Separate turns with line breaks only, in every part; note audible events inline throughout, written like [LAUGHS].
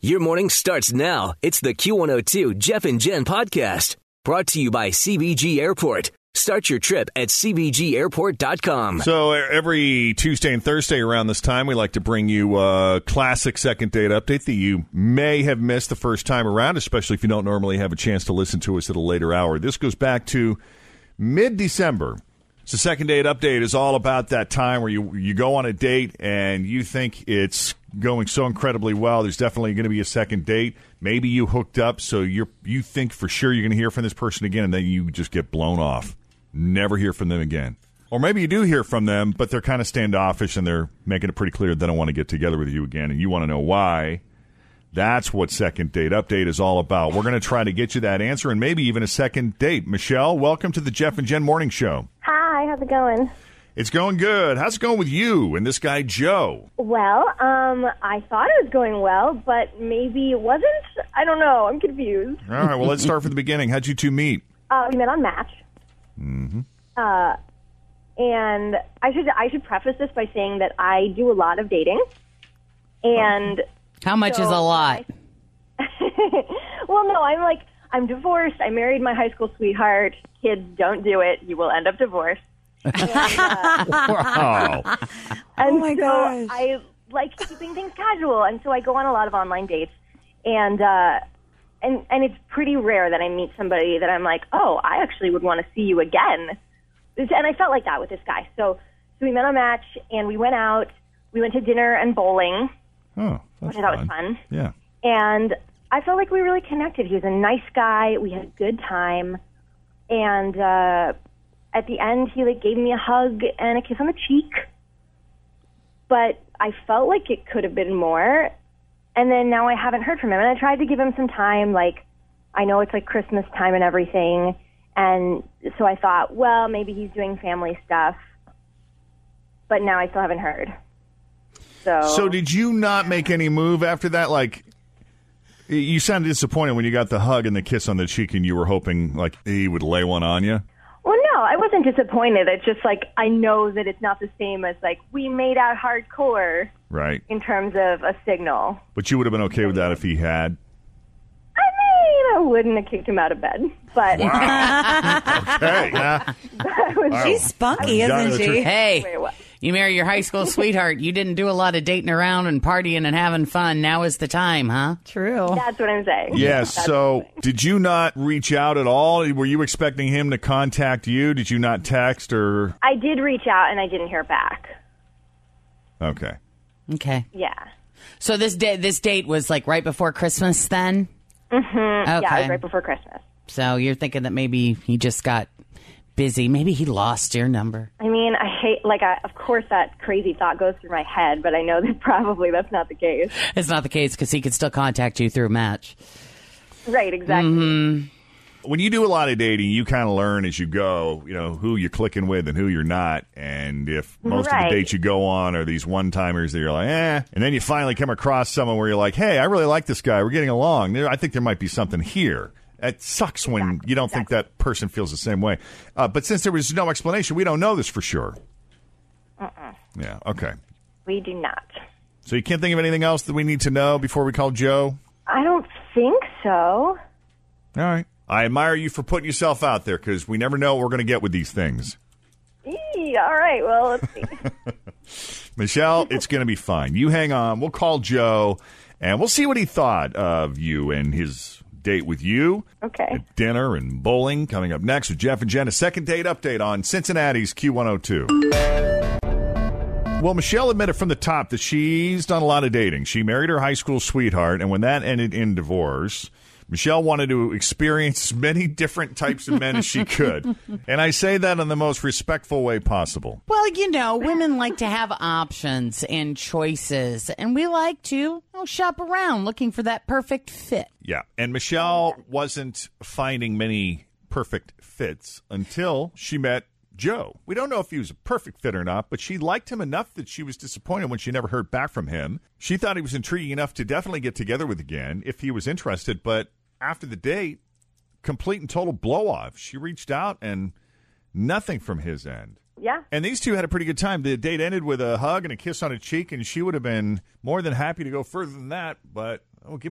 Your morning starts now. It's the Q102 Jeff and Jen podcast brought to you by CBG Airport. Start your trip at CBGAirport.com.
So e- every Tuesday and Thursday around this time, we like to bring you a classic second date update that you may have missed the first time around, especially if you don't normally have a chance to listen to us at a later hour. This goes back to mid December. So second date update is all about that time where you you go on a date and you think it's going so incredibly well. There's definitely going to be a second date. Maybe you hooked up, so you you think for sure you're going to hear from this person again, and then you just get blown off. Never hear from them again. Or maybe you do hear from them, but they're kind of standoffish and they're making it pretty clear they don't want to get together with you again, and you want to know why. That's what second date update is all about. We're going to try to get you that answer and maybe even a second date. Michelle, welcome to the Jeff and Jen Morning Show.
Hi, how's it going?
It's going good. How's it going with you and this guy Joe?
Well, um, I thought it was going well, but maybe it wasn't. I don't know. I'm confused.
All right, well, let's start from the beginning. How'd you two meet?
[LAUGHS] Uh, we met on Match. Mm-hmm. Uh, and I should I should preface this by saying that I do a lot of dating, and
How much is a lot?
[LAUGHS] well, no, I'm like I'm divorced. I married my high school sweetheart. Kids, don't do it. You will end up divorced. Oh,
Wow.
And so I like keeping things casual, and so I go on a lot of online dates, and uh, and and it's pretty rare that I meet somebody that I'm like, oh, I actually would want to see you again. It's- And I felt like that with this guy. So so we met on Match, and we went out. We went to dinner and bowling,
oh, that's
which I thought was fun.
Yeah.
And I felt like we really connected. He was a nice guy. We had a good time, and uh, at the end, he like gave me a hug and a kiss on the cheek. But I felt like it could have been more. And then now I haven't heard from him. And I tried to give him some time. Like I know it's like Christmas time and everything, and so I thought, well, maybe he's doing family stuff. But now I still haven't heard. So,
So did you not make any move after that? Like, y- you sounded disappointed when you got the hug and the kiss on the cheek, and you were hoping like he would lay one on you.
Well, no, I wasn't disappointed. It's just like I know that it's not the same as like we made out hardcore
Right.
in terms of a signal.
But you would have been okay with that if he had.
I mean, I wouldn't have kicked him out of bed, but
[LAUGHS]
Hey. yeah.
She's spunky,
Got
isn't
it.
she?
Wait,
Hey,
what?
you marry your high school sweetheart. You didn't do a lot of dating around and partying and having fun. Now is the time, huh?
True.
that's what I'm saying.
Yeah,
[LAUGHS]
That's-
so did you not reach out at all? Were you expecting him to contact you? Did you not text or
I did reach out and I didn't hear back.
Okay.
Okay.
Yeah,
So this da- this date was like right before Christmas, then. Mm-hmm. Okay.
yeah, it was right before Christmas.
so you're thinking that maybe he just got busy. Maybe he lost your number.
I mean, I hate like I, of course that crazy thought goes through my head, but I know that [LAUGHS] probably that's not the case.
It's not the case because he could still contact you through Match.
Right? Exactly.
when you do a lot of dating, you kind of learn as you go, you know, who you're clicking with and who you're not. And if most of
Right.
the dates you go on are these one timers that you're like, eh. And then you finally come across someone where you're like, hey, I really like this guy. We're getting along. There- I think there might be something here. It sucks when you don't think that person feels the same way. Uh, but since there was no explanation, we don't know this for sure. Yeah, okay.
We do not.
So you can't think of anything else that we need to know before we call Joe?
I don't think so.
All right. I admire you for putting yourself out there because we never know what we're going to get with these things.
Eee, all right. Well, let's see. [LAUGHS]
Michelle, it's going to be fine. You hang on. We'll call Joe and we'll see what he thought of you and his date with you.
Okay.
At dinner and bowling coming up next with Jeff and Jen. A second date update on Cincinnati's Q102. Well, Michelle admitted from the top that she's done a lot of dating. She married her high school sweetheart, and when that ended in divorce, Michelle wanted to experience as many different types of men as she could. And I say that in the most respectful way possible.
Well, you know, women like to have options and choices, and we like to you know, shop around looking for that perfect fit.
Yeah. And Michelle wasn't finding many perfect fits until she met Joe. We don't know if he was a perfect fit or not, but she liked him enough that she was disappointed when she never heard back from him. She thought he was intriguing enough to definitely get together with again if he was interested, but after the date, complete and total blow off. She reached out and nothing from his end.
Yeah.
And these two had a pretty good time. The date ended with a hug and a kiss on the cheek, and she would have been more than happy to go further than that, but oh, give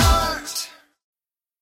art.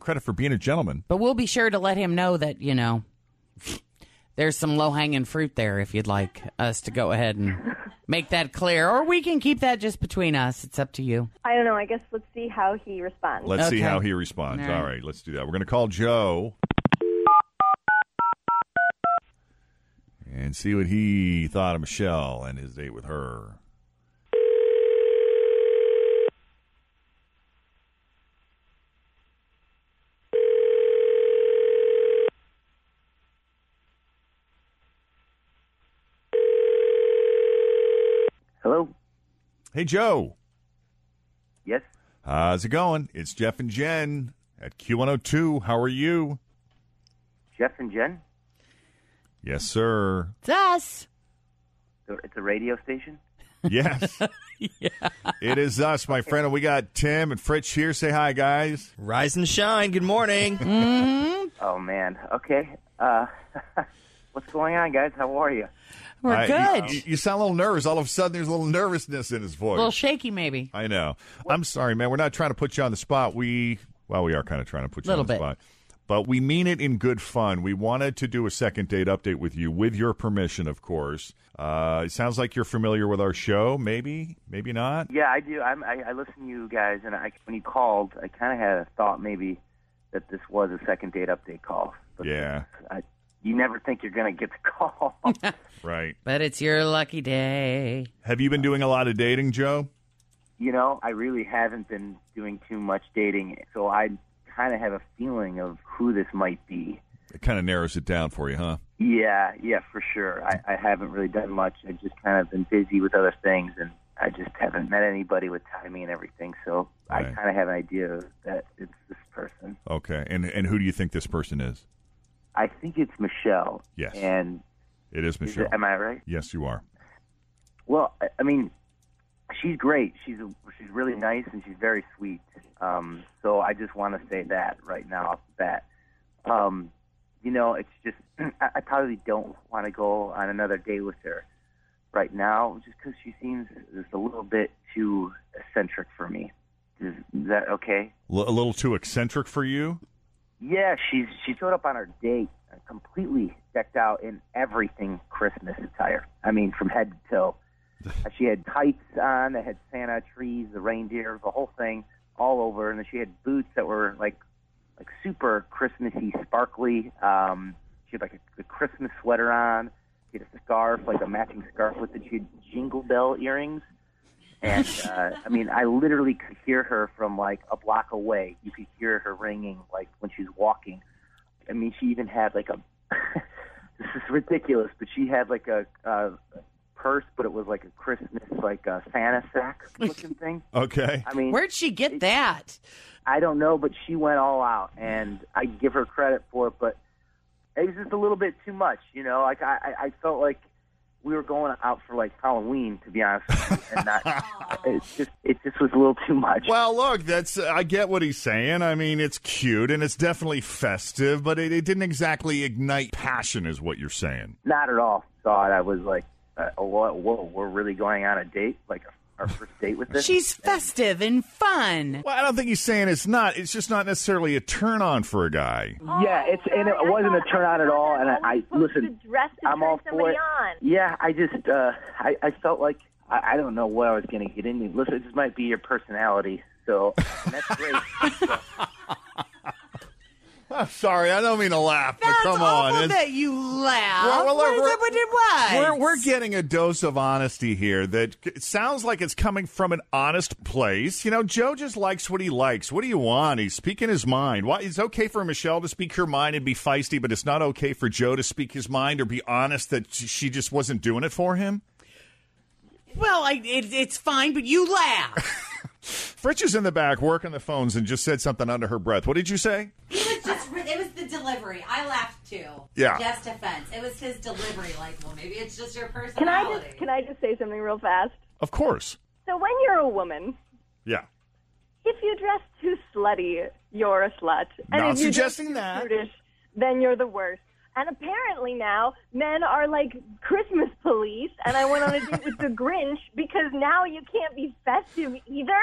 credit for being a gentleman.
But we'll be sure to let him know that, you know, there's some low hanging fruit there if you'd like us to go ahead and make that clear. Or we can keep that just between us. It's up to you.
I don't know. I guess let's see how he responds.
Let's see
Okay.
how he responds. All
All right.
right, let's do that. We're going to call Joe and see what he thought of Michelle and his date with her.
Hello.
Hey, Joe,
Yes.
how's it going? It's Jeff and Jen at Q102. How are you?
Jeff and Jen.
Yes, sir.
It's us.
It's a radio station.
Yes.
[LAUGHS]
It is us, my friend. And we got Tim and Fritz here. Say hi, guys.
Rise and shine. Good morning.
Oh man. Okay. Uh, [LAUGHS] what's going on, guys? How are you?
We're
I-
good.
You, you sound a little nervous. All of a sudden, there's a little nervousness in his voice.
a little shaky, maybe.
I know. I'm sorry, man. We're not trying to put you on the spot. We well, we are kind of trying to put you
Little
on the
bit.
spot. But we mean it in good fun. We wanted to do a second date update with you, with your permission, of course. Uh, it sounds like you're familiar with our show. Maybe, maybe not.
Yeah, I do. I'm, I, I listen to you guys, and I, when you called, I kind of had a thought maybe that this was a second date update call. But
Yeah,
I, you never think you're going to get the call.
right.
[LAUGHS] But it's your lucky day.
Have you been doing a lot of dating, Joe?
you know, I really haven't been doing too much dating, so I kind of have a feeling of who this might be.
It kind of narrows it down for you, huh?
Yeah, yeah, for sure. I, I haven't really done much. I've just kind of been busy with other things, and I just haven't met anybody with timing and everything. So I
Right.
kind of have an idea that it's this person.
Okay. And and who do you think this person is?
I think it's Michelle.
Yes.
And
It is
is
Michelle.
it- am I right?
yes, you are.
Well, I, I mean, she's great. She's a, she's really nice and she's very sweet. Um, so I just want to say that right now off the bat. Um, you know, it's just [CLEARS THROAT] I, I probably don't want to go on another day with her right now, just because she seems just a little bit too eccentric for me. Is, is that okay?
L- a little too eccentric for you.
Yeah, she's she showed up on her date uh, completely decked out in everything Christmas attire. I mean, from head to toe. Uh, she had tights on that had Santa trees, the reindeer, the whole thing all over, and then she had boots that were like like super Christmassy, sparkly. Um, she had like a, a Christmas sweater on. She had a scarf, like a matching scarf with it. She had jingle bell earrings. And uh, I mean, I literally could hear her from like a block away. You could hear her ringing like when she's walking. I mean, she even had like a [LAUGHS] this is ridiculous, but she had like a, uh purse, but it was like a Christmas like a Santa sack looking thing.
Okay.
I mean,
Where'd she get that?
I don't know, but she went all out, and I give her credit for it. But it was just a little bit too much, you know. Like I, I- I felt like we were going out for like Halloween, to be honest, with you, and
[LAUGHS]
not, it just it just was a little too much.
Well, look, that's I get what he's saying. I mean, it's cute and it's definitely festive, but it, it didn't exactly ignite passion, is what you're saying.
Not at all. Thought I was like, uh, oh, whoa, whoa, we're really going on a date, like our first date with this.
She's festive and fun.
Well, I don't think he's saying it's not. It's just not necessarily a turn on for a guy.
Yeah, it's and it wasn't a turnout at all. And I, I listen,
dress to
I'm all
turn
for
somebody
it.
on.
Yeah, I just uh, I, I felt like I, I don't know what I was going to get into. Listen, this might be your personality, so and that's great.
I'm sorry, I don't mean to laugh, but
That's
come
awful
on. it's-
that you laugh.
Well, well,
what, is
we're-
it, what it was?
We're, we're getting a dose of honesty here that it sounds like it's coming from an honest place. You know, Joe just likes what he likes. What do you want? He's speaking his mind. Why it's okay for Michelle to speak her mind and be feisty, but it's not okay for Joe to speak his mind or be honest that she just wasn't doing it for him.
well, I, it, it's fine, but you laugh. [LAUGHS]
Fritch is in the back working the phones and just said something under her breath. What did you say?
It was just, it was the delivery. I laughed too.
Yeah.
Just offense. It was his delivery. Like, well, maybe it's just your personality.
Can I just can I just say something real fast?
Of course.
So when you're a woman,
Yeah.
if you dress too slutty, you're a slut. And
Not
if you dress
suggesting
too
that.
prudish, then you're the worst. And apparently now men are like Christmas police. And I went on a date with the Grinch because now you can't be festive either.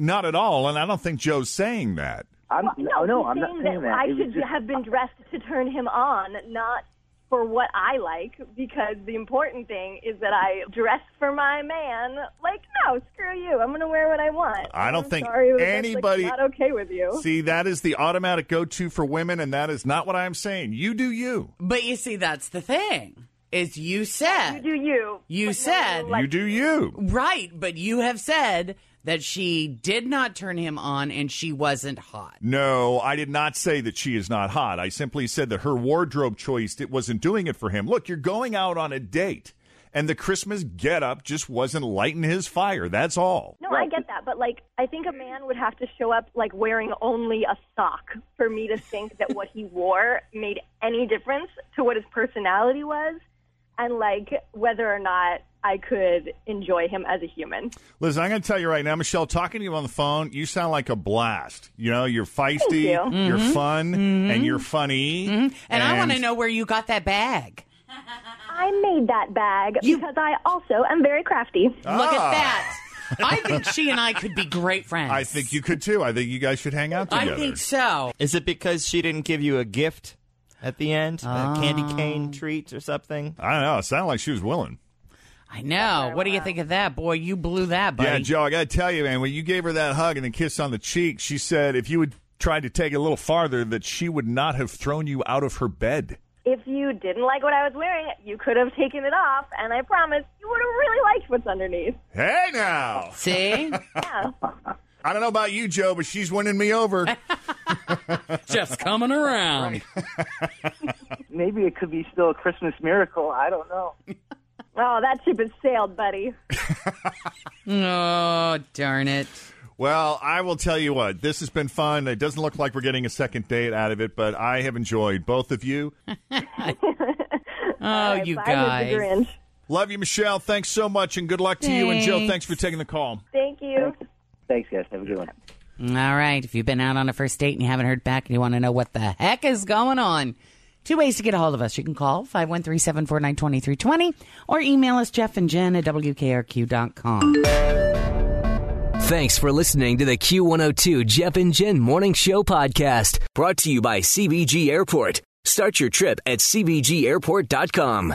Not at all, and I don't think Joe's saying that.
I'm
No,
no,
he's
I'm not
saying
saying that.
I
It was
should
just-
have been dressed to turn him on, not for what I like. Because the important thing is that I dress for my man. Like, no, screw you. I'm going to wear what I want.
I don't
I'm
think
sorry, it was just, like,
anybody-
not okay with you.
See, that is the automatic go to for women, and that is not what I'm saying. You do you.
But you see, that's the thing. Is you said
you do you.
You said
you do you.
right, but you have said that she did not turn him on and she wasn't hot.
No, I did not say that she is not hot. I simply said that her wardrobe choice it wasn't doing it for him. Look, you're going out on a date, and the Christmas getup just wasn't lighting his fire. That's all.
No, I get that, but like, I think a man would have to show up like wearing only a sock for me to think that what he wore made any difference to what his personality was, and like whether or not I could enjoy him as a human.
Listen, I'm going to tell you right now, Michelle, talking to you on the phone, you sound like a blast. You know, you're feisty,
you.
are
Mhm.
fun, and you're funny. And,
Mm-hmm. And, I want to know where you got that bag.
I made that bag because I also am very crafty.
Look at
[LAUGHS]
that. I think she and I could be great friends.
Ah. I think you could too. I think you guys should hang out
I
together.
think so.
Is it because she didn't give you a gift at the end? A candy cane treat or something?
I don't know. It sounded like she was willing.
I know. What do you think of that, boy? You blew that, buddy.
Yeah, Joe, I got to tell you, man, when you gave her that hug and the kiss on the cheek, she said if you had tried to take it a little farther, that she would not have thrown you out of her bed.
If you didn't like what I was wearing, you could have taken it off, and I promise you would have really liked what's underneath.
Hey, now. [LAUGHS]
See?
Yeah.
I don't know about you, Joe, but she's winning me over.
Just coming around.
Maybe it could be still a Christmas miracle. I don't know.
oh, that ship has sailed, buddy.
Oh, darn it.
Well, I will tell you what, this has been fun. It doesn't look like we're getting a second date out of it, but I have enjoyed both of you.
Oh, you
Bye, Mr.
guys.
Grinch.
Love you, Michelle. Thanks so much, and good luck to you. And Joe, thanks for taking the call.
Thank you.
Thanks, guys. Have a good one.
All right. If you've been out on a first date and you haven't heard back and you want to know what the heck is going on, two ways to get a hold of us. You can call 513 749 2320 or email us Jeff and Jen at WKRQ.com.
Thanks for listening to the Q102 Jeff and Jen Morning Show podcast, brought to you by CBG Airport. Start your trip at CBGAirport.com.